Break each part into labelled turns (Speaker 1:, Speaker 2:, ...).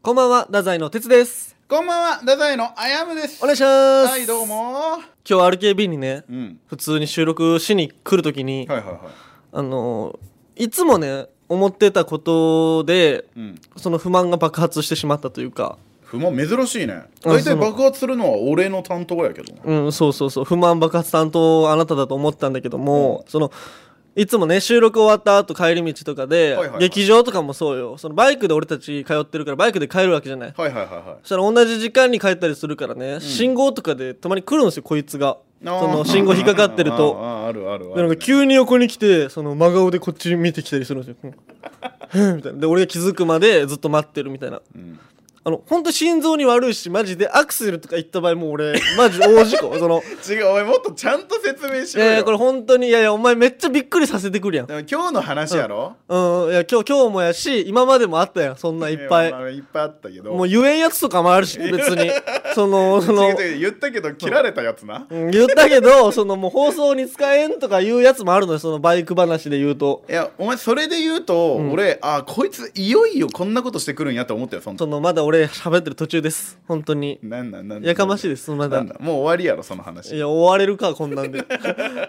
Speaker 1: こんばんは、太宰の哲です。
Speaker 2: こんばんは、太宰のあやむです。
Speaker 1: お願いします。
Speaker 2: はい、どう。も。
Speaker 1: 今日 RKB にね、
Speaker 2: うん。
Speaker 1: 普通に収録しに来るときに、
Speaker 2: はいはいは
Speaker 1: あのーいつもね、思ってたことで、
Speaker 2: い。うん。
Speaker 1: その不満が爆発してしまったというか、
Speaker 2: 不満珍しいね。大
Speaker 1: そ
Speaker 2: 体
Speaker 1: う
Speaker 2: 爆発するのは俺の担当やけどな。
Speaker 1: うん、そうそうそう、不満爆発担当あなただと思ったんだけども、その、いつもね、収録終わった後帰り道とかで、
Speaker 2: はいはいはい
Speaker 1: 劇場とかもそうよ。そのバイクで俺たち通ってるから、バイクで帰るわけじゃない。
Speaker 2: はいはいはいは
Speaker 1: そしたら同じ時間に帰ったりするからね、信号とかでたまに来るんですよ、こいつが。
Speaker 2: い。
Speaker 1: その信号引っかかってると。
Speaker 2: あーあーあるある
Speaker 1: で
Speaker 2: あ
Speaker 1: なんか
Speaker 2: る、
Speaker 1: 急に横に来てその真顔でこっち見てきたりするんですよ。うんみたいなで俺が気づくまでずっと待ってるみたいな
Speaker 2: うん
Speaker 1: あの本当心臓に悪いしマジでアクセルとか行った場合もう俺マジ大事 故その
Speaker 2: 違う、お前もっとちゃんと説明し
Speaker 1: い
Speaker 2: ろよ。
Speaker 1: やいやこれ本当にいやいやお前めっちゃびっくりさせてくるやんうん
Speaker 2: でも今日の話やろ、
Speaker 1: いや今日今日もやし今までもあったやんそんないっぱい
Speaker 2: やまあいっぱいあったけど。
Speaker 1: もう言えんやつとかもあるし別にそのその
Speaker 2: 違う違う言ったけど、切られたやつな。
Speaker 1: うん言ったけど そのもう放送に使えんとかいうやつもあるのよそのバイク話で言うと
Speaker 2: いや、お前それで言うと、俺、あー、こいついよいよこんなことしてくるんやって思ったよ、その時
Speaker 1: そのまだ俺喋ってる途中です本当に
Speaker 2: なんなんなんなん
Speaker 1: やかましいですま
Speaker 2: な
Speaker 1: だ
Speaker 2: んだもう終わりやろ、その話。
Speaker 1: いや終われるかこんなんで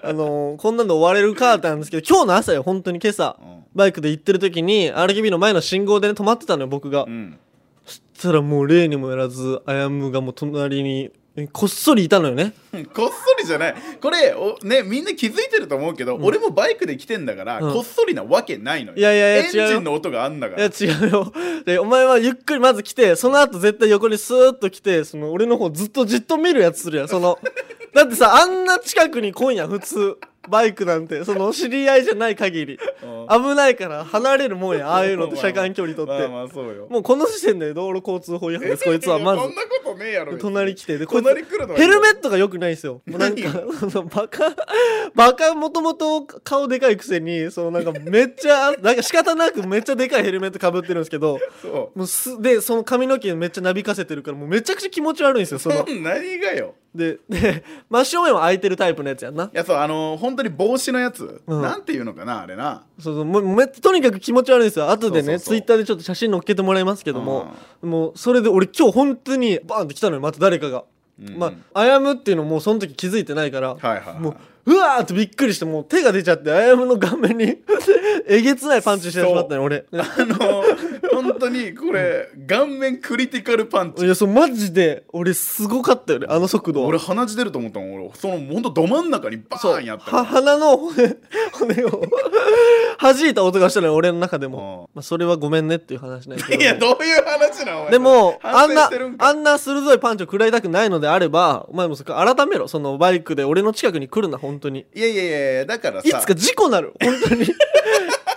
Speaker 1: あのーこんなんで終われるかってなんですけど今日の朝よ本当に今朝、
Speaker 2: うん
Speaker 1: バイクで行ってる時に RKB の前の信号でね止まってたのよ僕が、
Speaker 2: うん。
Speaker 1: そしたらもう例にもやらずアヤムがもう隣にえこっそりいたのよね
Speaker 2: こっそりじゃないこれおねみんな気づいてると思うけど、俺もバイクで来てんだから、
Speaker 1: うん
Speaker 2: こっそりなわけないのよ
Speaker 1: いやいやいや
Speaker 2: エン
Speaker 1: 違う
Speaker 2: ジ
Speaker 1: よ
Speaker 2: ンの音があんだか
Speaker 1: いや
Speaker 2: ら
Speaker 1: 違うよ でお前はゆっくりまず来てその後絶対横にスーッと来てその俺の方ずっとじっと見るやつするやんその だってさあんな近くに来んやん普通バイクなんてその知り合いじゃない限り
Speaker 2: うん
Speaker 1: 危ないから離れるもん やああいうのって車間距離取って
Speaker 2: まあまあそうよ
Speaker 1: もうこの時点で道路交通法違反ですこいつはま
Speaker 2: いやそん
Speaker 1: ず
Speaker 2: なことねえやろ別に
Speaker 1: 隣来てでこいつ
Speaker 2: 隣来るの
Speaker 1: ヘルメ
Speaker 2: ッ
Speaker 1: ットが良くないんです よもうなんか
Speaker 2: 何
Speaker 1: そのバカバカもともと顔でかいくせにそのなんかめっちゃなんか仕方なくめっちゃでかいヘルメットかぶってるんですけど
Speaker 2: トそ
Speaker 1: もうすでその髪の毛めっちゃなびかせてるからもうめちゃくちゃ気持ち悪いんですよそうの
Speaker 2: そん何がよ
Speaker 1: でで真正面は空いてるタイプのやつやんない
Speaker 2: やそうあの本当に帽子のやつ、
Speaker 1: うん
Speaker 2: なんていうのかなあれな
Speaker 1: そうそうもうめとにかく気持ち悪いんですよ後でね
Speaker 2: そうそうそう
Speaker 1: ツイッターでちょっと写真載っけてもらいますけども、もうそれで俺今日本当にバーンって来たのよまた誰かが、
Speaker 2: うん
Speaker 1: まああやむっていうのもうその時気づいてないから、
Speaker 2: はいはいはい
Speaker 1: もううわーってびっくりしてもう手が出ちゃってあやむの顔面に えげつないパンチしてしまったのよ俺
Speaker 2: あの本当にこれ、顔面クリティカルパンチ
Speaker 1: いやそうマジで俺すごかったよねあの速度は
Speaker 2: 俺鼻血出ると思ったもん俺その本当ど真ん中にバ
Speaker 1: そう
Speaker 2: ーンやったか
Speaker 1: は
Speaker 2: ら
Speaker 1: 鼻の骨骨を弾いた音がしたのよ俺の中でも、まあ、それはごめんねっていう話なんやけど
Speaker 2: いやどういう話なのお前
Speaker 1: でもあん
Speaker 2: 反省
Speaker 1: な
Speaker 2: してるんか
Speaker 1: あんな鋭いパンチを食らいたくないのであればお前もそこ改めろそのバイクで俺の近くに来るな本当に
Speaker 2: いやいやいやいやだからさ
Speaker 1: いつか事故なる本当に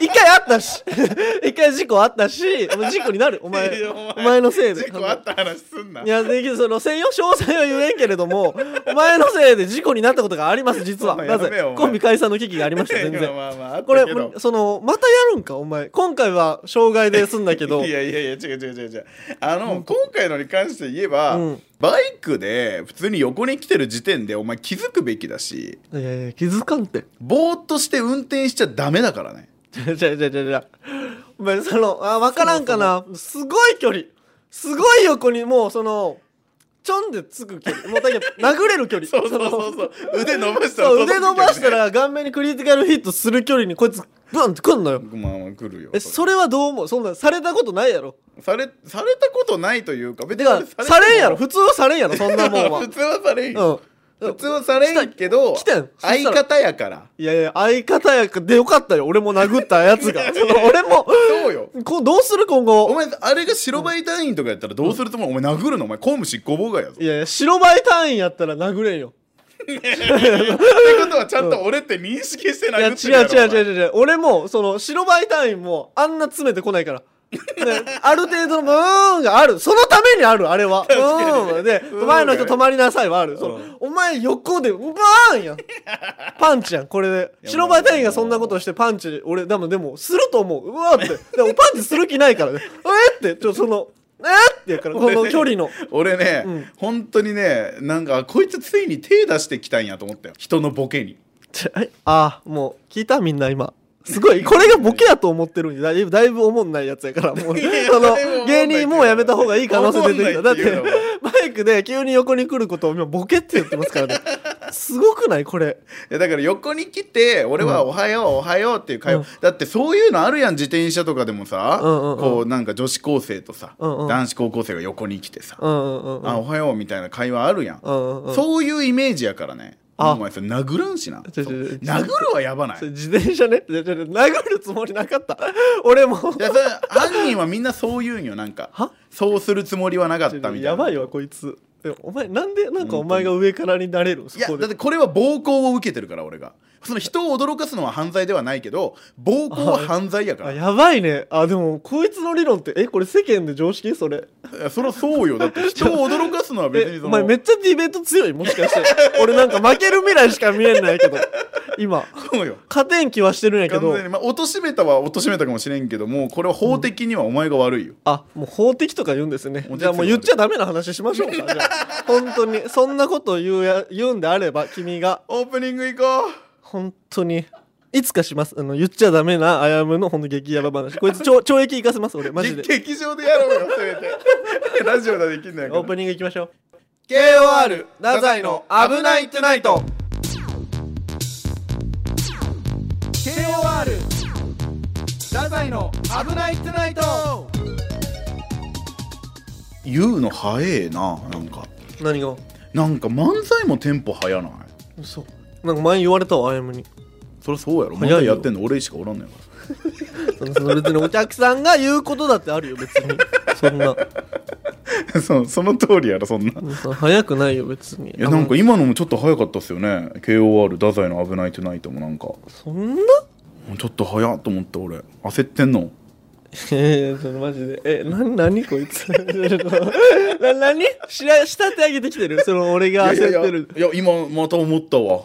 Speaker 1: 一回あったし 一回事故あったしお前事故になるお前
Speaker 2: いやお前
Speaker 1: お前のせいで
Speaker 2: 事故あった話すんない
Speaker 1: やできるその専用詳細は言えんけれど もお前のせいで事故になったことがあります実は
Speaker 2: お前
Speaker 1: な
Speaker 2: やめよお
Speaker 1: ぜ
Speaker 2: 前
Speaker 1: コンビ解散の危機がありました全
Speaker 2: いや
Speaker 1: 然
Speaker 2: まあまああった
Speaker 1: これ
Speaker 2: けど
Speaker 1: そのまたやるんかお前今回は障害で済んだけど
Speaker 2: いやいやいや違う違う違う違うあの今回のに関して言えば、
Speaker 1: うん
Speaker 2: バイクで普通に横に来てる時点でお前気づくべきだし
Speaker 1: いやいや気づかんって
Speaker 2: ぼーっとして運転しちゃダメだからね
Speaker 1: じゃじゃじゃじゃじゃお前そのあ分からんかなすごい距離すごい横にもうそのちょんでつく距離もうだけど殴れる距離
Speaker 2: そうそう
Speaker 1: の
Speaker 2: そうそう腕伸ばしたら
Speaker 1: そう腕
Speaker 2: 届くけどね
Speaker 1: 伸ばしたら顔面にクリティカルヒットする距離にこいつブンってくんのよ
Speaker 2: まあまあ来るよ
Speaker 1: えそれはどう思うそんなされたことないやろ
Speaker 2: されされたことないというか別
Speaker 1: てか
Speaker 2: ても
Speaker 1: されんやろ普通はされんやろそんなもんは
Speaker 2: 普通はされんよ、
Speaker 1: うん
Speaker 2: 普通はされんけど
Speaker 1: 来たよそした
Speaker 2: 相
Speaker 1: ら
Speaker 2: 方やから
Speaker 1: いやいや相方やでよかったよ俺も殴ったやつがその俺も
Speaker 2: そうよ
Speaker 1: こうどうする今
Speaker 2: お
Speaker 1: 後
Speaker 2: 前あれが白バイ隊員とかやったらどうすると思う、お前殴るのお前公務執行妨害やぞっ
Speaker 1: いやいや白バイ隊員やったら殴れんよ
Speaker 2: てことはちゃんと俺って認識して
Speaker 1: いや
Speaker 2: 殴って
Speaker 1: 違
Speaker 2: るや
Speaker 1: う
Speaker 2: ろ
Speaker 1: 違う
Speaker 2: お前
Speaker 1: 違う違う俺もその白バイ隊員もあんな詰めてこない から。ねある程度の「うーん」があるそのためにあるあれは「うーん」で
Speaker 2: うん
Speaker 1: 前の人止まりなさいはある、その
Speaker 2: うん
Speaker 1: お前横で「うばーん」 やんパンチやんこれで
Speaker 2: や
Speaker 1: 白バイ隊員がそんなことしてパンチ俺でもでもすると思ううわーってでもパンチする気ないからね 「えっ?」てちょその「えっ?」てやからこの距離の
Speaker 2: 俺ね、
Speaker 1: うん
Speaker 2: 本当にねなんかこいつつ いに手出してきたんやと思ったよ人のボケに
Speaker 1: ちょえああもう聞いたみんな今すごいこれがボケやと思ってるんでだいぶだいぶおもん ないやつやからもうその芸人もうやめた方がいい可能性出てきただ ってバイクで急に横に来ることを今ボケって言ってますからねすごくないこれ
Speaker 2: いやだから横に来て俺は「おはようおはよう」っていう会話、
Speaker 1: うん
Speaker 2: だってそういうのあるやん自転車とかでもさ、
Speaker 1: うんうんうん
Speaker 2: こうなんか女子高生とさ、
Speaker 1: うんうん
Speaker 2: 男子高校生が横に来てさ「
Speaker 1: うんうんうんうん
Speaker 2: あおはよう」みたいな会話あるやん、
Speaker 1: うんうんうん
Speaker 2: そういうイメージやからね
Speaker 1: あ
Speaker 2: お前それ殴らんしな
Speaker 1: ちょちょちょ
Speaker 2: そう殴るはやばない
Speaker 1: それ自転車ねちょちょちょ殴るつもりなかった俺も
Speaker 2: いやそれ犯人はみんなそう言うんよなんか
Speaker 1: は
Speaker 2: そうするつもりはなかった
Speaker 1: ちょ
Speaker 2: み
Speaker 1: ち
Speaker 2: た
Speaker 1: ょ
Speaker 2: いな
Speaker 1: やばいわこいつでお前なんでなんかお前が上からになれるそ
Speaker 2: いや
Speaker 1: こ
Speaker 2: だっ
Speaker 1: で
Speaker 2: てこれは暴行を受けてるから俺がその人を驚かすのは犯罪ではないけど暴行は犯罪やか
Speaker 1: あ
Speaker 2: らい
Speaker 1: やばいねあでもこいつの理論ってえこれ世間で常識それ
Speaker 2: やそりゃそうよ だって人を驚かすのは別に
Speaker 1: え
Speaker 2: そ
Speaker 1: お
Speaker 2: の
Speaker 1: 前めっちゃディベート強いもしか して俺なんか負ける未来しか見えないけど今
Speaker 2: そうよ
Speaker 1: 勝てん気はしてるんやけ
Speaker 2: 完
Speaker 1: ど
Speaker 2: 全にまあ貶としめたは貶としめたかもしれんけどもこれは法的にはお前が悪いよ、
Speaker 1: あもう法的とか言うんですね
Speaker 2: もう
Speaker 1: じゃあもう
Speaker 2: 実
Speaker 1: 言っ
Speaker 2: は
Speaker 1: ちゃダメな話しましょうかじゃあ本当にそんなことを言うや言うんであれば君が
Speaker 2: オープニング行こう
Speaker 1: 本当にいつかしますあの言っちゃダメなあやむのほんと激ヤバ話こいつ 懲懲役いかせます俺マジで
Speaker 2: 劇場でやろうよせめてラジオではできんのやか
Speaker 1: オ
Speaker 2: ら
Speaker 1: ープニングいきましょう
Speaker 2: KOR
Speaker 1: 太宰の危ない
Speaker 2: トゥナイト KOR 太宰の危ないトゥナイト言うの早えななんか
Speaker 1: 何が
Speaker 2: なんか漫才もテンポ早ない
Speaker 1: 嘘なんか前言われたわあやむに
Speaker 2: そりゃそうやろ
Speaker 1: 早い
Speaker 2: 漫
Speaker 1: よ
Speaker 2: 才やってんの俺しかおらんのやか
Speaker 1: そのその別にお客さんが言うことだってあるよ別にそんな
Speaker 2: ら そその通りやろそんない
Speaker 1: そう早くないよ別に
Speaker 2: やなんか今のもちょっと早かったっすよね KOR 太宰の危ないトゥナイトもなんか
Speaker 1: そんな
Speaker 2: ちょっと早っと思った俺焦ってんの
Speaker 1: ええそのマジでえな何こいつ な何しら仕立て上げてきてるその俺が焦ってる
Speaker 2: いやいやいや今また思ったわ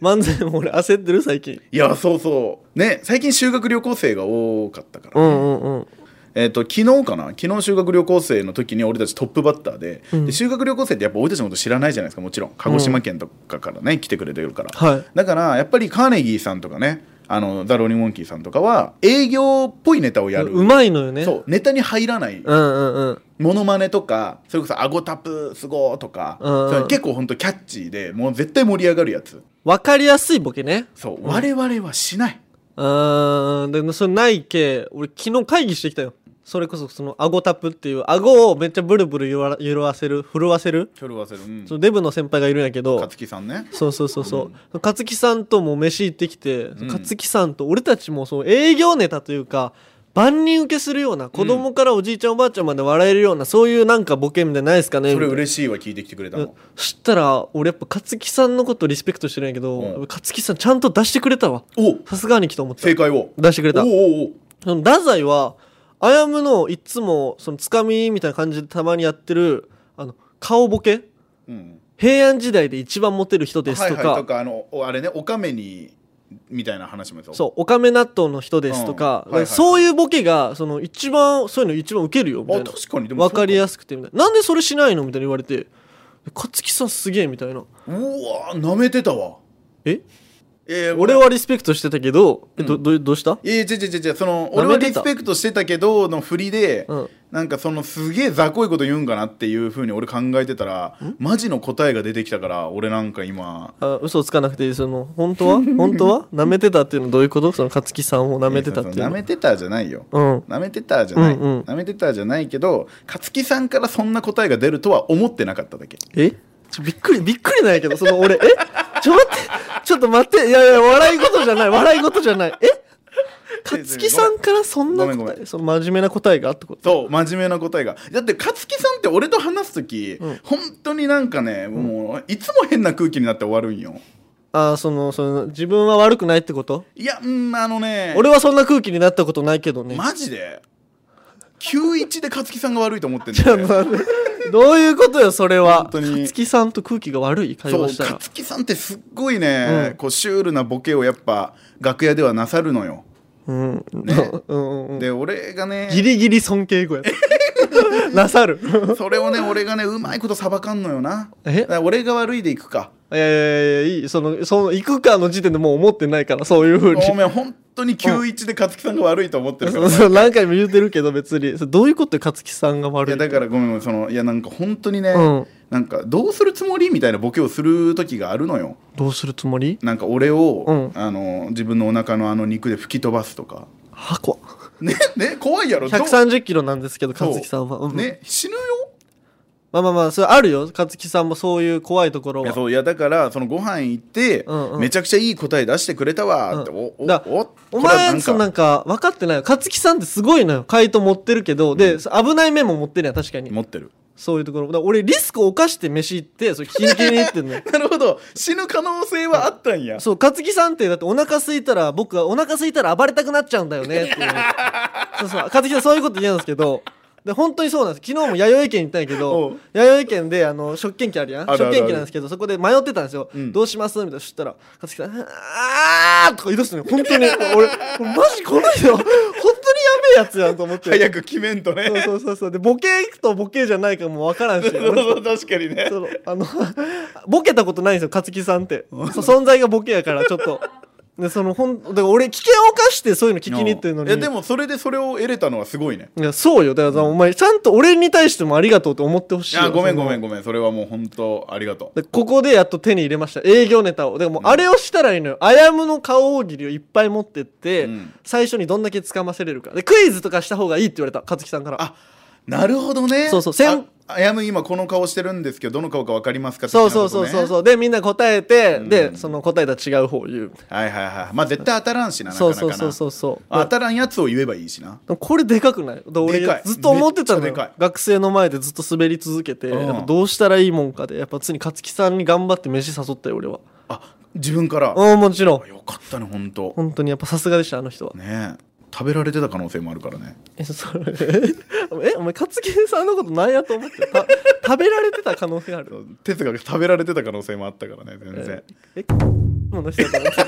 Speaker 1: 漫才も俺焦ってる最近
Speaker 2: いやそうそうね最近修学旅行生が多かったから、
Speaker 1: んうんうん
Speaker 2: えっと昨日かな昨日修学旅行生の時に俺たちトップバッターで,、で修学旅行生ってやっぱ俺たちのこと知らないじゃないですかもちろん鹿児島県とかからね、来てくれてるから、
Speaker 1: はい
Speaker 2: だからやっぱりカーネギーさんとかねあのザ・ローニング・モンキーさんとかは営業っぽいネタをやる
Speaker 1: うまいのよね
Speaker 2: そうネタに入らない
Speaker 1: うんうんうん
Speaker 2: モノマネとかそれこそ「顎タップすごー」とか、
Speaker 1: うんうん
Speaker 2: それ結構ほんとキャッチーでもう絶対盛り上がるやつ
Speaker 1: わかりやすいボケね
Speaker 2: そう、我々はしない
Speaker 1: うんでそれないけ俺昨日会議してきたよそれこそその顎タップっていう顎をめっちゃブルブル揺ら揺らせる震わせる
Speaker 2: それはそれうん
Speaker 1: そのデブの先輩がいるんやけど
Speaker 2: 勝木さんね
Speaker 1: そうそうそうそう勝木さんとも飯行ってきて勝木さんと俺たちもそう営業ネタというか万人受けするような子供からおじいちゃんおばあちゃんまで笑えるようなそういうなんかボケみたいなのないですかね
Speaker 2: それ
Speaker 1: みたいな
Speaker 2: 嬉しいわ聞いてきてくれたの
Speaker 1: そしたら俺やっぱ勝木さんのことリスペクトしてるんやけど、
Speaker 2: うん
Speaker 1: 勝木さんちゃんと出してくれたわ
Speaker 2: お
Speaker 1: さすが兄貴と思って
Speaker 2: 正解を
Speaker 1: 出してくれ
Speaker 2: お
Speaker 1: た
Speaker 2: う
Speaker 1: そ
Speaker 2: おうお
Speaker 1: の
Speaker 2: う
Speaker 1: 太宰はあやむのいつもそのつかみみたいな感じでたまにやってるあの顔ボケ
Speaker 2: うん
Speaker 1: 平安時代で一番モテる人ですと
Speaker 2: はい
Speaker 1: か、
Speaker 2: はいとかあのおあれねおかめにみたいな話もう
Speaker 1: そう、おかめ納豆の人ですとか、
Speaker 2: うんはいはい
Speaker 1: そういうボケが、その一番、そういうの一番ウケるよ、みたい
Speaker 2: あ
Speaker 1: な。
Speaker 2: 確かにでも
Speaker 1: わかり
Speaker 2: す
Speaker 1: やすくて、みたいな。なんでそれしないのみたいな言われて、勝木さんすげえ、みたいな。
Speaker 2: うわなめてたわ
Speaker 1: え
Speaker 2: え
Speaker 1: 俺はリスペクトしてたけど、え、ど、ど、どうした
Speaker 2: えー、違う違う違うその俺は
Speaker 1: 舐め
Speaker 2: リ
Speaker 1: てた
Speaker 2: スペクトしてたけどの振りで、
Speaker 1: うん
Speaker 2: なんかそのすげえ雑魚いこと言うんかなっていうふうに俺考えてたらマジの答えが出てきたから俺なんか今
Speaker 1: あ嘘つかなくていい、その、本当は本当 は舐めてたっていうのはどういうことその勝木さんを舐めてたっていう
Speaker 2: やその舐
Speaker 1: のは。
Speaker 2: めてたじゃないよ
Speaker 1: うん。
Speaker 2: なめてたじゃない、
Speaker 1: うんうん
Speaker 2: なめてたじゃないけど勝木さんからそんな答えが出るとは思ってなかっただけ
Speaker 1: えちょびっくり、びっくりなんやけど、その俺、えちょ待って、ちょっと待って、いやいや、笑い事じゃない、笑い事じゃない。え勝木さんからそんな
Speaker 2: ごめんごめん
Speaker 1: 答え、その真面目な答えがあってこと
Speaker 2: そう真面目な答えがだって勝木さんって俺と話す時、
Speaker 1: うん
Speaker 2: 本当になんかねもういつも変な空気になって終わるんよ
Speaker 1: ああ、その、その、自分は悪くないってこと
Speaker 2: いやうんあのね
Speaker 1: 俺はそんな空気になったことないけどね。
Speaker 2: マジで91で勝木さんが悪いと思って ん
Speaker 1: ち
Speaker 2: だ
Speaker 1: ょっ
Speaker 2: よ
Speaker 1: と待って どういうことよ、それは
Speaker 2: 本。当に
Speaker 1: 勝木さんと空気が悪い会
Speaker 2: そう
Speaker 1: 話したら。
Speaker 2: 勝木さんってすっごいね、
Speaker 1: うん
Speaker 2: こうシュールなボケをやっぱ楽屋ではなさるのよ、
Speaker 1: うん。
Speaker 2: ね
Speaker 1: うんうんうん
Speaker 2: で俺がね
Speaker 1: ギリギリ尊敬語や った。なさる。
Speaker 2: それをね俺がねうまいことさばかんのよな
Speaker 1: え
Speaker 2: だから俺が悪いでいくか
Speaker 1: いやいやいやいいそのその行くかの時点でもう思ってないからそういうふうに
Speaker 2: ごめん本当に91で勝木さんが悪いと思ってるか
Speaker 1: そ
Speaker 2: ら
Speaker 1: うそう何回も言うてるけど別にそれどういうことよ勝木さんが
Speaker 2: い
Speaker 1: 悪い
Speaker 2: や
Speaker 1: って
Speaker 2: だからごめんそのいやなんか本当にね、
Speaker 1: うん
Speaker 2: なんかどうするつもりみたいなボケをする時があるのよ
Speaker 1: どうするつもり
Speaker 2: なんか俺を、
Speaker 1: うん
Speaker 2: あの自分のお腹のあの肉で吹き飛ばすとか
Speaker 1: 箱
Speaker 2: ねね怖いやろどう
Speaker 1: 130キロなんですけど
Speaker 2: そう
Speaker 1: 勝木さんは、うん
Speaker 2: ね死ぬよ
Speaker 1: まあまあまあそれあるよ勝木さんもそういう怖いところ
Speaker 2: いや
Speaker 1: は
Speaker 2: そういやだからそのご飯行って、
Speaker 1: うんうん
Speaker 2: めちゃくちゃいい答え出してくれたわって、
Speaker 1: うん
Speaker 2: おお
Speaker 1: だ
Speaker 2: お
Speaker 1: お
Speaker 2: これは
Speaker 1: 前そのなんか分かってないよ勝木さんってすごいのよ回答持ってるけど、でそ危ない面も持ってるやん確かに
Speaker 2: 持ってる
Speaker 1: そういうところだから俺リスクを犯して飯行ってそれキンキンに行ってんのよ
Speaker 2: なるほど死ぬ可能性はあったんや
Speaker 1: そう勝木さんってだってお腹空いたら僕はお腹空いたら暴れたくなっちゃうんだよねっていう そうそう勝木さんそういうこと言うんですけどで本当にそうなんです昨日も弥生県行ったんやけ
Speaker 2: お
Speaker 1: ど
Speaker 2: う
Speaker 1: 弥生県であの食券機あるやん
Speaker 2: あるあるある
Speaker 1: 食券機なんですけどそこで迷ってたんですよ、
Speaker 2: うん
Speaker 1: どうしますみたいなそしたら勝木さん「あー」とか言い出すのよ本当に俺俺マジこの人本当にやべえやつやんと思って
Speaker 2: 早く決めんとね
Speaker 1: そうそうそうそうでボケ行くとボケじゃないかもわからん し
Speaker 2: 確かにね
Speaker 1: そのあの ボケたことないんですよ勝木さんってそう存在がボケやからちょっとでそのほんだから俺危険を犯してそういうの聞きに行ってるのに
Speaker 2: いやでもそれでそれを得れたのはすごいね
Speaker 1: いやそうよだからお前ちゃんと俺に対してもありがとうって思ってほしい
Speaker 2: いやごめんごめ
Speaker 1: ん
Speaker 2: んごめんそれはもう本当ありがとう
Speaker 1: ここでやっと手に入れました営業ネタをでもうあれをしたらいいのよあやむの顔大喜利をいっぱい持ってって、
Speaker 2: うん
Speaker 1: 最初にどんだけつかませれるかでクイズとかした方がいいって言われた勝木さんから
Speaker 2: あなるほどね
Speaker 1: そうそうせん
Speaker 2: ああやむ今この顔してるんですけどどの顔か分かりますか
Speaker 1: そうそうそうそう
Speaker 2: う
Speaker 1: そうでみんな答えて、
Speaker 2: う
Speaker 1: で
Speaker 2: ん
Speaker 1: その答えた違う方を言うみたい
Speaker 2: はいはいはいまあ絶対当たらんしな
Speaker 1: な
Speaker 2: なか
Speaker 1: そ
Speaker 2: な
Speaker 1: う
Speaker 2: か
Speaker 1: そう
Speaker 2: な
Speaker 1: そうそうそう
Speaker 2: 当たらんやつを言えばいいしな
Speaker 1: でもこれでかくないだから俺
Speaker 2: でかい
Speaker 1: ずっと思ってたの
Speaker 2: めっちゃで
Speaker 1: よ
Speaker 2: かい
Speaker 1: 学生の前でずっと滑り続けて、
Speaker 2: うん
Speaker 1: やっぱどうしたらいいもんかでやっぱ常に勝木さんに頑張って飯誘ったよ俺は
Speaker 2: あ自分から
Speaker 1: うんもちろん
Speaker 2: よかったね本当
Speaker 1: 本当にやっぱさすがでしたあの人は、
Speaker 2: ねえ食べられてた可能性もあるからね
Speaker 1: えそ れえお前勝木さんのことなんやと思ってた食べられてた可能性ある
Speaker 2: 哲が食べられてた可能性もあったからね全然
Speaker 1: えもの人だと思ってる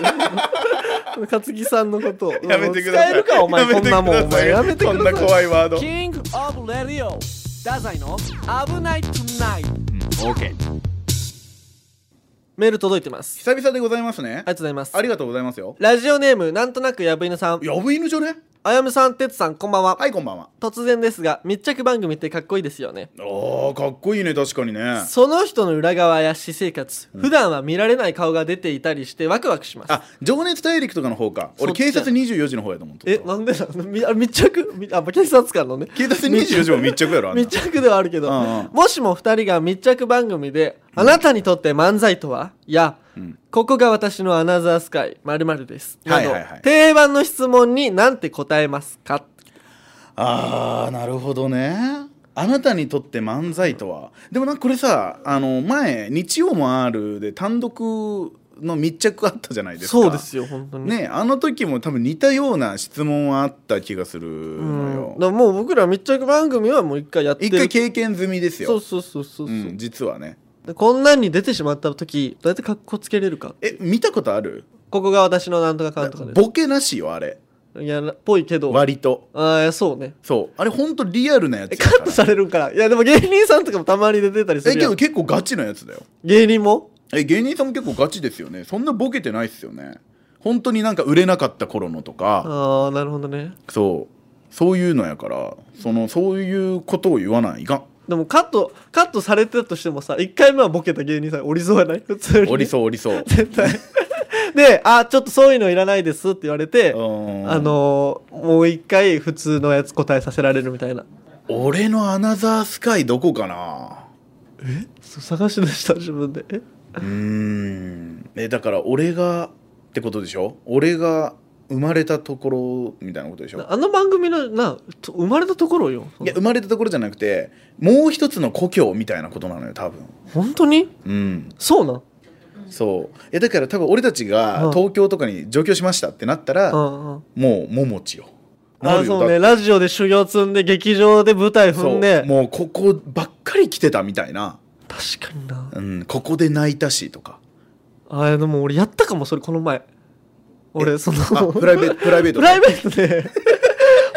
Speaker 1: 勝木さんのことを
Speaker 2: やめてくだ
Speaker 1: 使
Speaker 2: さい
Speaker 1: えるかお前
Speaker 2: やめ
Speaker 1: こ
Speaker 2: て
Speaker 1: んなもんお
Speaker 2: くださ
Speaker 1: 前
Speaker 2: い
Speaker 1: やめてください
Speaker 2: こんな怖いワード
Speaker 1: キングオブレディオ太宰の危ないトゥナイト
Speaker 2: OK
Speaker 1: メール届いてます
Speaker 2: 久々でございますね
Speaker 1: ありがとうございます
Speaker 2: ありがとうございますよ
Speaker 1: ラジオネームなんとなくやぶ犬さん
Speaker 2: やぶ犬じゃね
Speaker 1: あやむさんてつさんこんばんは、
Speaker 2: はいこんばんは
Speaker 1: 突然ですが密着番組ってかっこいいですよね
Speaker 2: あーかっこいいね確かにね
Speaker 1: その人の裏側や私生活、普段は見られない顔が出ていたりしてワクワクします
Speaker 2: あ情熱大陸とかの方か俺
Speaker 1: そっちや
Speaker 2: 警察24時の方やと思う
Speaker 1: えなんでなのみあ密着みあ警察官のね
Speaker 2: 警察24時も密着やろあん な
Speaker 1: 密着ではあるけど、
Speaker 2: うんうん
Speaker 1: もしも2人が密着番組で「あなたにとって漫才とは?」や、
Speaker 2: ん
Speaker 1: ここが私のアナザースカイまるです」など、
Speaker 2: はいはいはい
Speaker 1: 定番の質問に何て答えますか
Speaker 2: あーなるほどねあなたにとって漫才とはでもなんかこれさあの前日曜も R で単独の密着あったじゃないですか
Speaker 1: そうですよ本当に
Speaker 2: ねあの時も多分似たような質問はあった気がするの
Speaker 1: うん
Speaker 2: よ、
Speaker 1: だからもう僕ら密着番組はもう一回やって
Speaker 2: 一
Speaker 1: る
Speaker 2: 回経験済みですよ
Speaker 1: そうそうそうそうそう、
Speaker 2: うん、実はね
Speaker 1: でこんなんに出てしまった時どうやって格好つけれるか
Speaker 2: え見たことある
Speaker 1: ここが私のなんとかかんとかで
Speaker 2: ボケなしよあれ
Speaker 1: すいやっぽいけどあ
Speaker 2: 割と
Speaker 1: あーそうね
Speaker 2: そうあれほんとリアルなやつ
Speaker 1: え
Speaker 2: だ
Speaker 1: カ
Speaker 2: か
Speaker 1: ッ
Speaker 2: ら
Speaker 1: トされるんからいやでも芸人さんとかもたまに出てたりす
Speaker 2: え
Speaker 1: る
Speaker 2: け
Speaker 1: や
Speaker 2: ど
Speaker 1: ん
Speaker 2: 結構ガチなやつだよ
Speaker 1: 芸人も
Speaker 2: え芸人さんも結構ガチですよねそんなボケてないっすよね本当になんか売れなかった頃のとか
Speaker 1: ああなるほどね
Speaker 2: そうそういうのやからそのそういうことを言わな いが
Speaker 1: でもカットカットされてたとしてもさ1回目はボケた芸人さんおりそうやない普通に
Speaker 2: おりそうお りそう
Speaker 1: 絶対で「あちょっとそういうのいらないです」って言われて、
Speaker 2: うん
Speaker 1: あのーもう一回普通のやつ答えさせられるみたいな
Speaker 2: 俺のアナザースカイどこかな
Speaker 1: そう探し出した自分でえ
Speaker 2: うーんえだから俺がってことでしょ俺が生まれたところみたいなことでしょ
Speaker 1: あの番組のなと生まれたところよ
Speaker 2: いや生まれたところじゃなくてもう一つの故郷みたいなことなのよ多分
Speaker 1: 本当に
Speaker 2: うん
Speaker 1: そうなん
Speaker 2: そうえだから多分俺たち
Speaker 1: う
Speaker 2: が
Speaker 1: ん
Speaker 2: 東京とかに上京しましたってなったら、
Speaker 1: うんうん
Speaker 2: もう桃地よ
Speaker 1: あ
Speaker 2: なるよ
Speaker 1: そうね
Speaker 2: だ
Speaker 1: ラジオで修行積んで劇場で舞台
Speaker 2: ってそ
Speaker 1: 踏
Speaker 2: うん
Speaker 1: で
Speaker 2: もうここばっかり来てたみたいな、
Speaker 1: 確かにな
Speaker 2: うん、ここで泣いたしとか
Speaker 1: あでも俺やったかもそれこの前俺そ
Speaker 2: あ
Speaker 1: の
Speaker 2: プライベートプライベート
Speaker 1: プライベート で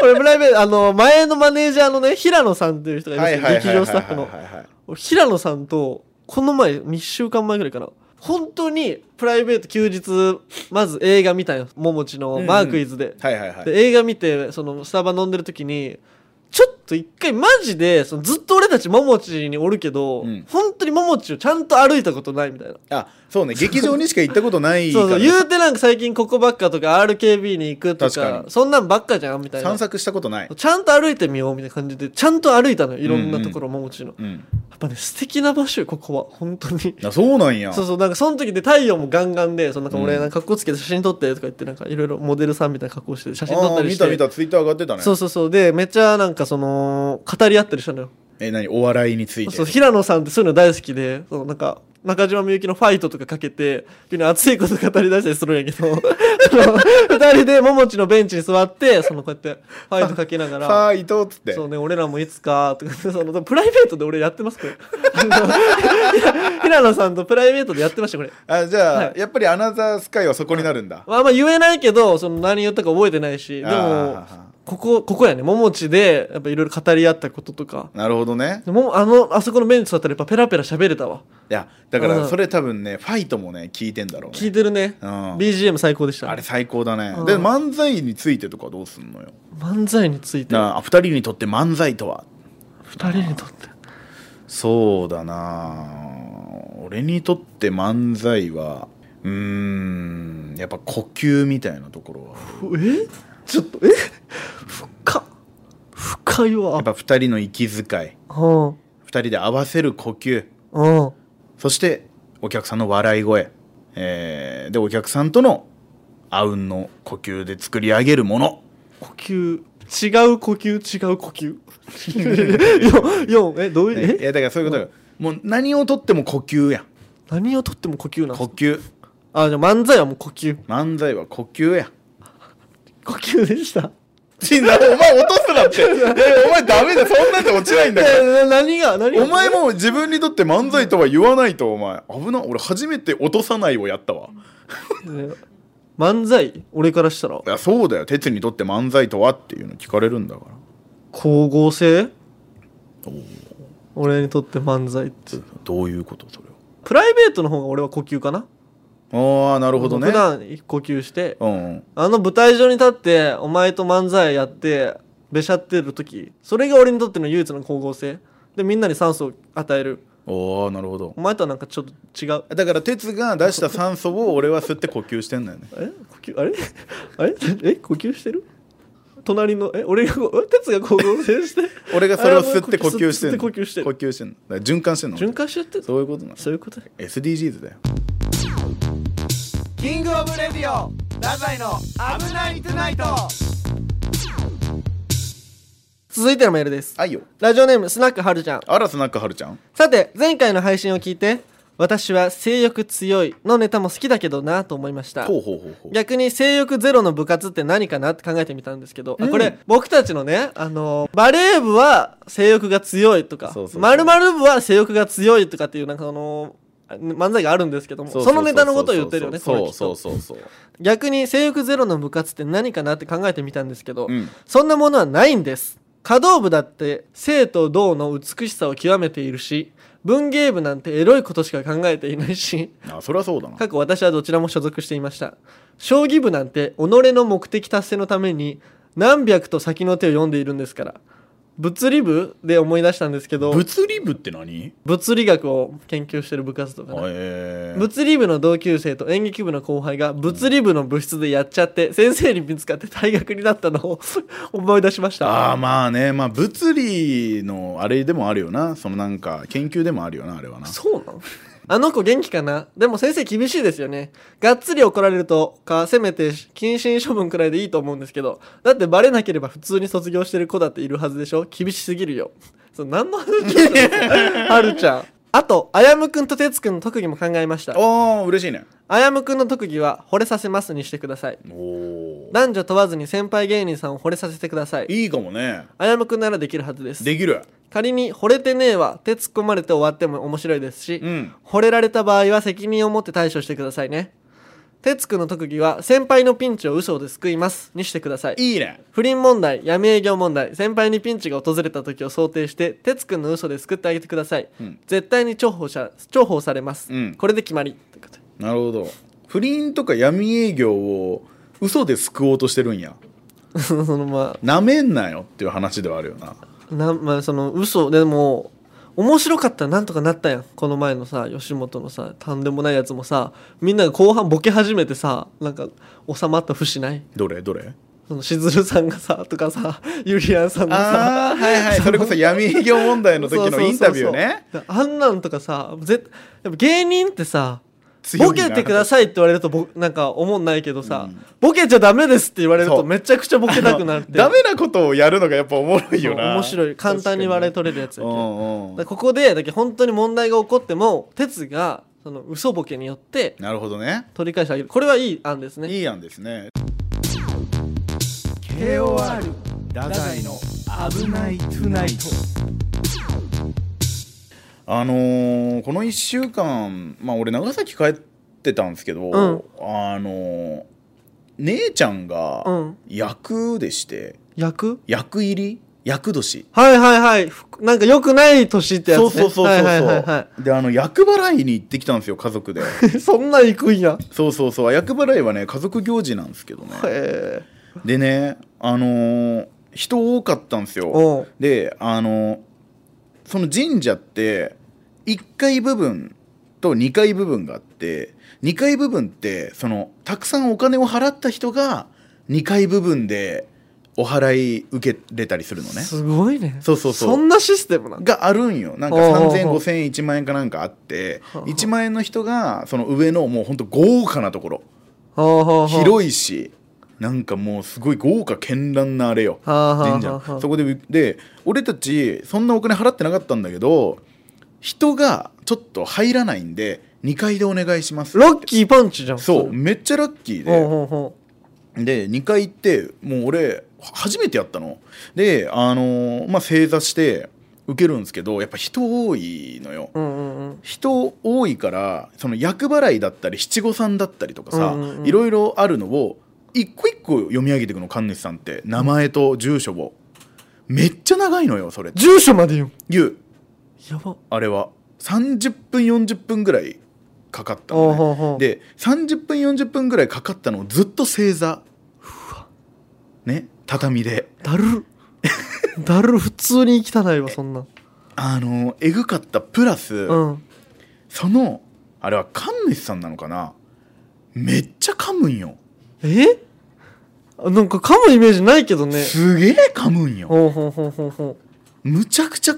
Speaker 1: 俺プライベートあの前のマネージャーのね平野さんっていう人がいま
Speaker 2: は
Speaker 1: す
Speaker 2: い
Speaker 1: よ劇
Speaker 2: はいはい
Speaker 1: 場
Speaker 2: はいは
Speaker 1: ス
Speaker 2: い
Speaker 1: タッフの
Speaker 2: はいはい
Speaker 1: 俺平野さんとこの前2週間前ぐらいかな本当にプライベート休日まず映画見たよももちのマークイズで,、
Speaker 2: はいはいはい
Speaker 1: で映画見てそのスタバ飲んでる時にちょっと一回マジでそのずっと俺たちももちにおるけど、
Speaker 2: うん
Speaker 1: 本当にももちをちゃんと歩いたことないみたいな
Speaker 2: あそうね劇場にしか行ったことない か
Speaker 1: そうそ
Speaker 2: ら
Speaker 1: う言うてなんか最近ここばっかとか RKB に行くとか
Speaker 2: 確かに
Speaker 1: そんなんばっかじゃんみたいな
Speaker 2: 散策したことない、
Speaker 1: ちゃんと歩いてみようみたいな感じでちゃんと歩いたのよいろんなところももちろん、
Speaker 2: うん、
Speaker 1: やっぱね素敵な場所よここは本当に
Speaker 2: あそうなんや
Speaker 1: そうそうなんかその時で太陽もガンガンでそのなんか俺
Speaker 2: うん
Speaker 1: なんか格好つけて写真撮ってとか言ってなんかいろいろモデルさんみたいな格好して写真撮っ
Speaker 2: あ
Speaker 1: た
Speaker 2: あ
Speaker 1: り
Speaker 2: 見
Speaker 1: して
Speaker 2: た見たツイッター上がってたね
Speaker 1: そうそうそうでめっちゃなんかその語り合ったりしたのよ
Speaker 2: え何お笑いについて
Speaker 1: そう平野さんってそういうの大好きでそのなんか中島みゆきの「ファイト」とかかけて急に熱いこと語り出したりするんやけどその二人でももちのベンチに座ってそのこうやって「ファイト」かけながら
Speaker 2: さあ伊藤っつって
Speaker 1: そうね、俺らもいつかとかそのプライベートで俺やってますこれあの平野さんとプライベートでやってましたこれ、
Speaker 2: あじゃあ、
Speaker 1: は
Speaker 2: やっぱりアナザースカイはそこになるんだ、
Speaker 1: まあ、あんま言えないけどその何言ったか覚えてないしでも
Speaker 2: あー
Speaker 1: ここここやねももちでやっぱいろいろ語り合ったこととか
Speaker 2: なるほどね
Speaker 1: でもあのあそこのベンチ座ったらやっぱペラペラ喋れたわ
Speaker 2: いやだか
Speaker 1: う
Speaker 2: ら
Speaker 1: ん
Speaker 2: それ多分ね、ファイトもね聞いてんだろうね
Speaker 1: 聞いてるね、
Speaker 2: うん
Speaker 1: BGM 最高でした
Speaker 2: あれ最高だね、
Speaker 1: うん
Speaker 2: で漫才についてとかどうすんのよ
Speaker 1: 漫才について
Speaker 2: なあ2人にとって漫才とは
Speaker 1: 二人にとって
Speaker 2: そうだな俺にとって漫才はうーんやっぱ呼吸みたいなところは
Speaker 1: ふえちょっとえ深っ深い
Speaker 2: や
Speaker 1: わ
Speaker 2: っぱ2人の息遣い
Speaker 1: うん
Speaker 2: 2人で合わせる呼吸
Speaker 1: うん
Speaker 2: そしてお客さんの笑い声、えーでお客さんとのあうんの呼吸で作り上げるもの
Speaker 1: 呼吸違う呼吸違う呼吸 よよえどういう
Speaker 2: い
Speaker 1: え
Speaker 2: やだからそういうことよ、もう何をとっても呼吸や
Speaker 1: 何をとっても呼吸なん
Speaker 2: 呼
Speaker 1: ですか
Speaker 2: 吸
Speaker 1: あじゃあ漫才はもう呼吸
Speaker 2: 漫才は呼吸や
Speaker 1: 呼吸でした
Speaker 2: ちんだお前落とすなってえお前ダメだそんなんで落ちないんだから
Speaker 1: え何が何が
Speaker 2: お前も自分にとって漫才とは言わないとお前危な俺初めて落とさないをやったわ
Speaker 1: ね漫才俺からしたら
Speaker 2: いやそうだよ哲にとって漫才とはっていうの聞かれるんだから
Speaker 1: 光合成俺にとって漫才って
Speaker 2: どういうことそれは
Speaker 1: プライベートの方が俺は呼吸かな
Speaker 2: ああなるほどね
Speaker 1: 普段呼吸して
Speaker 2: うんうん
Speaker 1: あの舞台上に立ってお前と漫才やってべしゃってる時それが俺にとっての唯一の光合成でみんなに酸素を与える
Speaker 2: おおなるほど
Speaker 1: お前とはなんかちょっと違う
Speaker 2: だから鉄が出した酸素を俺は吸って呼吸してんだよね
Speaker 1: え呼吸あれ あれえ呼吸してる隣のえ俺がこうえ 哲が光合成して
Speaker 2: 俺がそれを吸って呼吸してん
Speaker 1: 吸
Speaker 2: の
Speaker 1: って呼吸してる
Speaker 2: 呼吸してんのだから循環してんの
Speaker 1: 循環しちゃって
Speaker 2: そういうことなの
Speaker 1: そういうこと
Speaker 2: SDGs だよ
Speaker 1: キングオブレディオダザイの危ないトゥナイト続いてのメールです
Speaker 2: あいよ
Speaker 1: ラジオネームスナックはるちゃん
Speaker 2: あらスナックはるちゃん
Speaker 1: さて前回の配信を聞いて私は性欲強いのネタも好きだけどなと思いました
Speaker 2: ほうほうほうほう
Speaker 1: 逆に性欲ゼロの部活って何かなって考えてみたんですけど、あこ
Speaker 2: う
Speaker 1: れ
Speaker 2: ん
Speaker 1: 僕たちのね、あのーバレー部は性欲が強いとか
Speaker 2: そうそうそう
Speaker 1: 〇〇部は性欲が強いとかっていうなんかそのあ漫才があるんですけどもそのネタのことを言ってるよねこ
Speaker 2: そ
Speaker 1: の
Speaker 2: う
Speaker 1: 人
Speaker 2: そうそうそう
Speaker 1: 逆に性欲ゼロの部活って何かなって考えてみたんですけど、
Speaker 2: うん
Speaker 1: そんなものはないんです。華道部だって生と動の美しさを極めているし、文芸部なんてエロいことしか考えていないし、
Speaker 2: あそれはそうだな
Speaker 1: 過去私はどちらも所属していました。将棋部なんて己の目的達成のために何百と先の手を読んでいるんですから。物理部で思い出したんですけど、
Speaker 2: 物理部って何
Speaker 1: 物理学を研究してる部活とかね、
Speaker 2: えー、
Speaker 1: 物理部の同級生と演劇部の後輩が物理部の部室でやっちゃって先生に見つかって退学になったのを 思い出しました
Speaker 2: あーまあねまあ物理のあれでもあるよなそのなんか研究でもあるよなあれはな
Speaker 1: そうなんあの子元気かなでも先生厳しいですよねがっつり怒られるとかせめて謹慎処分くらいでいいと思うんですけどだってバレなければ普通に卒業してる子だっているはずでしょ厳しすぎるよその何の話 なんだろうはるちゃんあと、あやむくんとてつくんの特技も考えました。
Speaker 2: おお嬉しいね
Speaker 1: あやむくんの特技は、惚れさせますにしてください。
Speaker 2: おお
Speaker 1: 男女問わずに先輩芸人さんを惚れさせてください
Speaker 2: いいかもね
Speaker 1: あやむくんならできるはずです
Speaker 2: できる
Speaker 1: 仮に「惚れてねえわ」って突っ込まれて終わっても面白いですし、
Speaker 2: うん
Speaker 1: 惚れられた場合は責任を持って対処してくださいね哲くんの特技は先輩のピンチを嘘をで救いますにしてください
Speaker 2: いいね
Speaker 1: 不倫問題闇営業問題先輩にピンチが訪れた時を想定して哲くんの嘘で救ってあげてください、
Speaker 2: うん
Speaker 1: 絶対に重宝さ重宝されます、
Speaker 2: うん
Speaker 1: これで決まりってことで
Speaker 2: なるほど不倫とか闇営業を嘘で救おうとしてるんや
Speaker 1: そのま
Speaker 2: なめんなよっていう話ではあるよな
Speaker 1: あなんまあその嘘でも面白かったらなんとかなったやんこの前のさ吉本のさとんでもないやつもさみんなが後半ボケ始めてさなんか収まった節ない
Speaker 2: どれどれ
Speaker 1: そのしずるさんがさとかさゆりやんさんのさ
Speaker 2: ああはい はいそれこそ闇営業問題の時のインタビューね
Speaker 1: そうそうそうそうあんなんとかさ絶やっぱ芸人ってさ
Speaker 2: 強
Speaker 1: ボ
Speaker 2: いな
Speaker 1: ケてくださいって言われるとぼなんか思んないけどさ、
Speaker 2: うん
Speaker 1: ボケちゃダメですって言われる
Speaker 2: そ
Speaker 1: と
Speaker 2: う
Speaker 1: めちゃくちゃボケたくなるって
Speaker 2: ダメなことをやるのがやっぱおもろいよな
Speaker 1: 面白い簡単に笑い取れるやつ
Speaker 2: う
Speaker 1: やけど
Speaker 2: んうん
Speaker 1: だからここでだけど本当に問題が起こっても哲がその嘘ボケによって
Speaker 2: なるほどね
Speaker 1: 取り返してあげるこれはいい案ですね
Speaker 2: いい案ですね KOR ダザイの危ないトゥナイトあのーこの1週間まあ俺長崎帰ってたんですけど、
Speaker 1: ん
Speaker 2: あのー姉ちゃん
Speaker 1: う
Speaker 2: が
Speaker 1: ん
Speaker 2: 役でして
Speaker 1: 役
Speaker 2: 役入り役年
Speaker 1: はいはいはいふくなんか良くない年ってやつ、
Speaker 2: そ
Speaker 1: ね、
Speaker 2: うそうそうそうそう、
Speaker 1: はいはいはいは
Speaker 2: であの厄払いに行ってきたんですよ家族で
Speaker 1: いそんなん行くんや
Speaker 2: そうそうそう厄払いはね家族行事なんですけどね
Speaker 1: へえ
Speaker 2: でねあのー人多かったんですよ
Speaker 1: おう
Speaker 2: であのーその神社って1階部分と2階部分があって2階部分ってそのたくさんお金を払った人が2階部分でお祓い受けれたりするのね
Speaker 1: すごいね
Speaker 2: そうそうそう
Speaker 1: そんなシステムなんだ
Speaker 2: があるんよなんか
Speaker 1: おうおうおう
Speaker 2: 30005000 1万円かなんかあって
Speaker 1: はあはあ
Speaker 2: 1万円の人がその上のもうほんと豪華なところ
Speaker 1: ほうほうほう
Speaker 2: 広いしなんかもうすごい豪華絢爛なあれよ
Speaker 1: はあはあ
Speaker 2: 神
Speaker 1: は
Speaker 2: 社
Speaker 1: あはあ
Speaker 2: そこでで俺たちそんなお金払ってなかったんだけど人がちょっと入らないんで2階でお願いします
Speaker 1: ロッキーパンチじゃん
Speaker 2: そうめっちゃラッキーで
Speaker 1: ほうほうほ
Speaker 2: で2回行ってもう俺初めてやったのであのーまあ正座して受けるんですけどやっぱ人多いのよ
Speaker 1: ううんうんうん
Speaker 2: 人多いからその厄払いだったり七五三だったりとかさ、
Speaker 1: うんうんうん
Speaker 2: いろいろあるのを一個一個読み上げていくの神主さんって名前と住所をめっちゃ長いのよそれ
Speaker 1: 住所まで言う
Speaker 2: 言う
Speaker 1: やば
Speaker 2: あれは30分40分ぐらいかかったの、
Speaker 1: ほう
Speaker 2: ね、
Speaker 1: ほうほう
Speaker 2: で30分40分ぐらいかかったのをずっと正座ね畳で
Speaker 1: だる るだるる普通に汚いわそんな
Speaker 2: あのえぐかったプラス、
Speaker 1: うん
Speaker 2: そのあれは神主さんなのかなめっちゃ噛むんよ、
Speaker 1: えなんか噛むイメージないけどね
Speaker 2: すげえ噛むんよ
Speaker 1: ほうほうほうほうほ
Speaker 2: むちゃくちゃ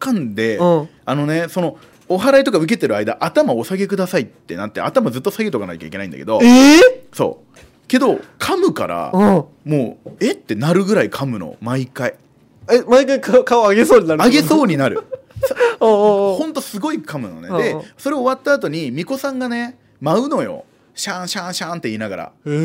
Speaker 2: 噛んで、
Speaker 1: ううん
Speaker 2: あのねそのお祓いとか受けてる間頭お下げくださいってなって頭ずっと下げとかなきゃいけないんだけど
Speaker 1: え
Speaker 2: そうけど噛むから
Speaker 1: ーうん
Speaker 2: もうえってなるぐらい噛むの毎回
Speaker 1: え毎回顔顔上げそうになる
Speaker 2: あげ
Speaker 1: う
Speaker 2: そうになる
Speaker 1: おうおう
Speaker 2: ほんとすごい噛むのね
Speaker 1: うんうん
Speaker 2: でそれ終わった後に巫女さんがね舞うのよシャンシャンシャンって言いながら、
Speaker 1: おうへ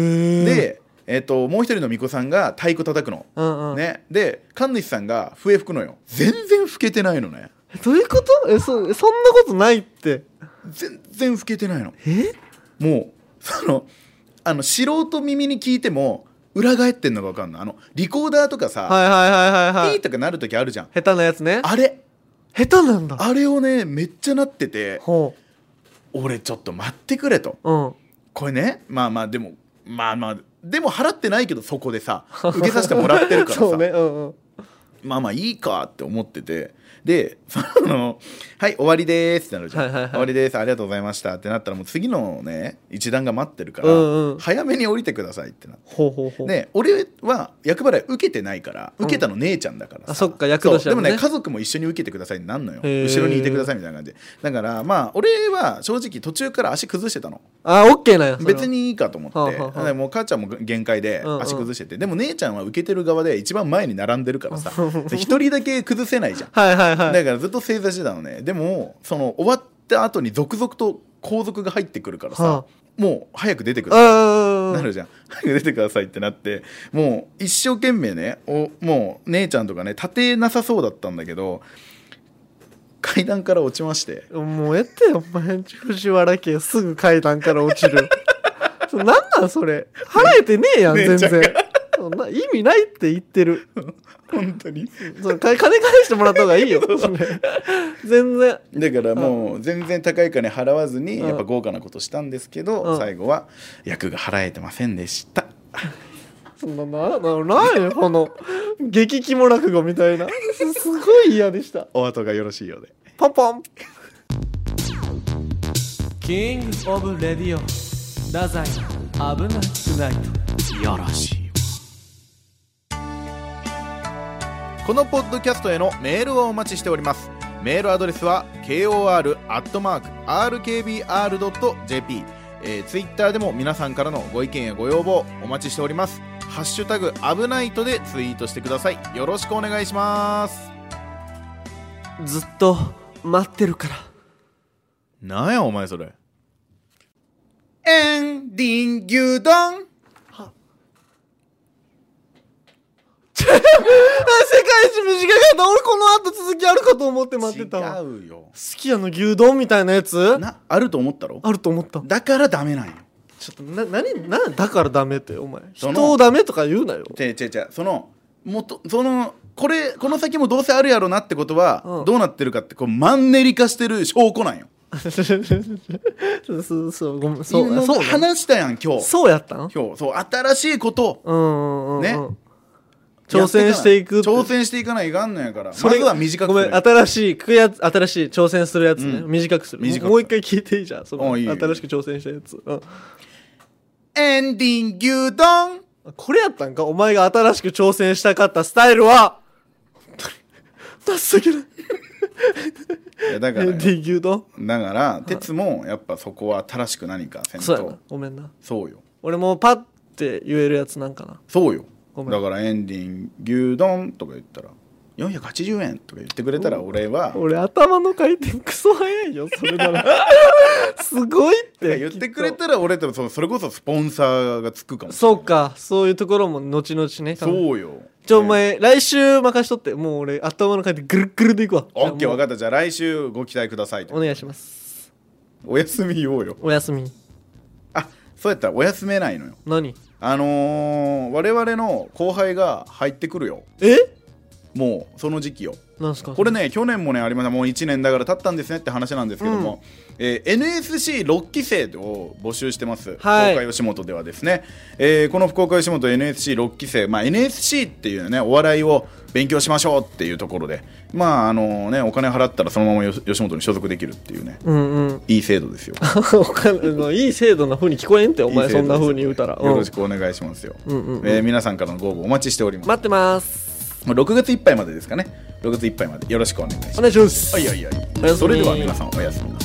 Speaker 1: え
Speaker 2: で、えっともう一人の巫女さんが太鼓叩くの、
Speaker 1: うんうん
Speaker 2: ねで神主さんが笛吹くのよ全然吹けてないのね
Speaker 1: えどういうことえそそんなことないって
Speaker 2: 全然吹けてないの
Speaker 1: え
Speaker 2: もうそのあの素人耳に聞いても裏返ってんのが分かんないあのリコーダーとかさ、
Speaker 1: はいはいはいはいは
Speaker 2: ピ
Speaker 1: い
Speaker 2: ーとかなる時あるじゃん
Speaker 1: 下手なやつね
Speaker 2: あれ
Speaker 1: 下手なんだ
Speaker 2: あれをねめっちゃなってて
Speaker 1: ほ
Speaker 2: 俺ちょっと待ってくれと
Speaker 1: ううん
Speaker 2: これねまあまあでもまあまあでも払ってないけどそこでさ受けさせてもらってるか ら
Speaker 1: そう
Speaker 2: さ、
Speaker 1: ねうんうん
Speaker 2: まあまあいいかって思っててでその「はい終わりです」ってなるじゃん、
Speaker 1: はいはいはい
Speaker 2: 終わりですありがとうございました」ってなったらもう次のね一段が待ってるから、
Speaker 1: うんうん
Speaker 2: 早めに降りてくださいってなって
Speaker 1: ほうほうほう
Speaker 2: ね、俺は厄払い受けてないから
Speaker 1: うん
Speaker 2: 受けたの姉ちゃんだからさ、
Speaker 1: あそっか厄年
Speaker 2: そ
Speaker 1: だも
Speaker 2: うでも
Speaker 1: んね
Speaker 2: ね家族も一緒に受けてくださいになんのよ
Speaker 1: へー
Speaker 2: 後ろにいてくださいみたいな感じでだからまあ俺は正直途中から足崩してたの
Speaker 1: あオッケーなんやそれは
Speaker 2: 別にいいかと思って、
Speaker 1: はあはあはあ
Speaker 2: でもう母ちゃんも限界で
Speaker 1: うんうん
Speaker 2: 足崩してて、でも姉ちゃんは受けてる側で一番前に並んでるからさで一人だけ崩せないじゃん
Speaker 1: はいはいはい
Speaker 2: だからずっと正座してたのねでもその終わった後に続々と皇族が入ってくるからさ、
Speaker 1: はあ
Speaker 2: もう早く出てくる
Speaker 1: うん
Speaker 2: なるじゃん早く出てくださいってなってもう一生懸命ねおもう姉ちゃんとかね立てなさそうだったんだけど階段から落ちまして
Speaker 1: もうええってよお前藤原家すぐ階段から落ちるそそなんなんそれ払えてねえやん全
Speaker 2: 姉ちゃんが
Speaker 1: 然そんな意味ないって言ってる
Speaker 2: 本当に
Speaker 1: その金金返してもらった方がいいよそれ全然
Speaker 2: だからもう全然高い金払わずに
Speaker 1: うん
Speaker 2: やっぱ豪華なことしたんですけ
Speaker 1: う
Speaker 2: ど
Speaker 1: ん
Speaker 2: 最後は役が払えてませんでした
Speaker 1: そんななななんやこの激肝落語みたいなすすごい嫌でした
Speaker 2: お後がよろしいようで
Speaker 1: パンパンキングオブレディオ太宰危なくない
Speaker 2: よろしいこのポッドキャストへのメールをお待ちしておりますメールアドレスは kor.rkbr.jp えー、ツイッターでも皆さんからのご意見やご要望お待ちしておりますハッシュタグ危ないとでツイートしてくださいよろしくお願いします
Speaker 1: ずっと待ってるから
Speaker 2: なんやお前それエンディングドン
Speaker 1: 世界一短かった俺この後続きあるかと思って待ってたわ好
Speaker 2: 違うよ
Speaker 1: き家の牛丼みたいなやつ
Speaker 2: なあると思ったろ
Speaker 1: あると思った
Speaker 2: だからダメなんよ
Speaker 1: ちょっとな何なだからダメってお前
Speaker 2: その
Speaker 1: 人をダメとか言うなよ
Speaker 2: 違う違う違うそのもっとそのこれこの先もどうせあるやろなってことは、
Speaker 1: うん
Speaker 2: どうなってるかってこうマンネリ化してる証拠なんよ
Speaker 1: そうそうそうごめんそう
Speaker 2: 今
Speaker 1: そうなの
Speaker 2: 話したやん今日
Speaker 1: そうやったん
Speaker 2: 今日そう新しいことを
Speaker 1: うんうんうんうん
Speaker 2: ね
Speaker 1: 挑戦していくって
Speaker 2: やってかな挑戦していかないかんのやから
Speaker 1: そ
Speaker 2: そ
Speaker 1: れ
Speaker 2: れは短く
Speaker 1: ご
Speaker 2: す
Speaker 1: めん
Speaker 2: る
Speaker 1: 新しいくや新しい挑戦するやつね、
Speaker 2: うん
Speaker 1: 短くする
Speaker 2: 短く
Speaker 1: もう一回聞いていいじゃんその
Speaker 2: あいいよ
Speaker 1: 新しく挑戦したやつ、うん
Speaker 2: エンディングド ン
Speaker 1: これやったんかお前が新しく挑戦したかったスタイルは本当に情けない
Speaker 2: いやだか
Speaker 1: エ
Speaker 2: ら
Speaker 1: ンディングの
Speaker 2: だから鉄もやっぱそこは新しく何かせんと
Speaker 1: そうやなごめんな
Speaker 2: そうよ
Speaker 1: 俺もパッて言えるやつなんかな
Speaker 2: そうよ
Speaker 1: ごめん
Speaker 2: だからエンディング牛丼とか言ったら480円とか言ってくれたら俺は
Speaker 1: 俺頭の回転クソ早いよそれな らすごいって
Speaker 2: 言ってくれ
Speaker 1: きっと
Speaker 2: たら俺とそそれこそスポンサーがつくかも
Speaker 1: そうかそういうところも後々ね
Speaker 2: そうよ
Speaker 1: ちょお前来週任しとってもう俺頭の回転ぐるっぐるでいくわ
Speaker 2: オッケー
Speaker 1: か
Speaker 2: 分かったじゃあ来週ご期待ください
Speaker 1: お
Speaker 2: と
Speaker 1: 願いします
Speaker 2: お休み言おうよ
Speaker 1: おやすみ
Speaker 2: あそうやったらお休めないのよ
Speaker 1: 何
Speaker 2: あのー、我々の後輩が入ってくるよ
Speaker 1: え
Speaker 2: もうその時期よ
Speaker 1: なんすか
Speaker 2: これね去年もねありましたもう1年だから経ったんですねって話なんですけども、えー NSC6 期生を募集してます、
Speaker 1: はい
Speaker 2: 福岡吉本ではですね、えーこの福岡吉本 NSC6 期生、まあ、NSC っていうねお笑いを勉強しましょうっていうところでまああのねお金払ったらそのままよ吉本に所属できるっていうね
Speaker 1: うんうん
Speaker 2: いい制度ですよ
Speaker 1: お金のいい制度な風に聞こえんってお前
Speaker 2: いい制
Speaker 1: そん
Speaker 2: 度です
Speaker 1: な
Speaker 2: よ
Speaker 1: 風に言うたら、うん
Speaker 2: よろしくお願いしますよ、
Speaker 1: うんうんうん
Speaker 2: えー皆さんからのご応募お待ちしております、
Speaker 1: 待ってます
Speaker 2: 6月いっぱいまでですかね6月いっぱいまでよろしくお願いします
Speaker 1: お願いします
Speaker 2: はいはいは
Speaker 1: おや
Speaker 2: い
Speaker 1: すみ
Speaker 2: それでは皆さんおやすみなさい